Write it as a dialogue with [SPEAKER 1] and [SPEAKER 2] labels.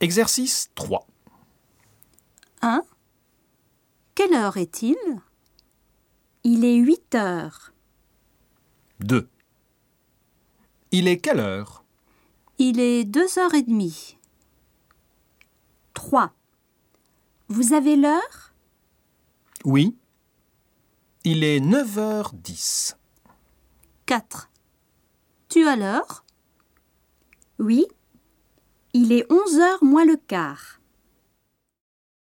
[SPEAKER 1] Exercice 3.
[SPEAKER 2] 1. Hein? Quelle heure est-il Il est 8 heures.
[SPEAKER 1] 2. Il est quelle heure
[SPEAKER 2] Il est 2 heures et demie. 3. Vous avez l'heure
[SPEAKER 1] Oui. Il est 9h10.
[SPEAKER 2] 4. Tu as l'heure Oui. Il est 11 heures moins le quart.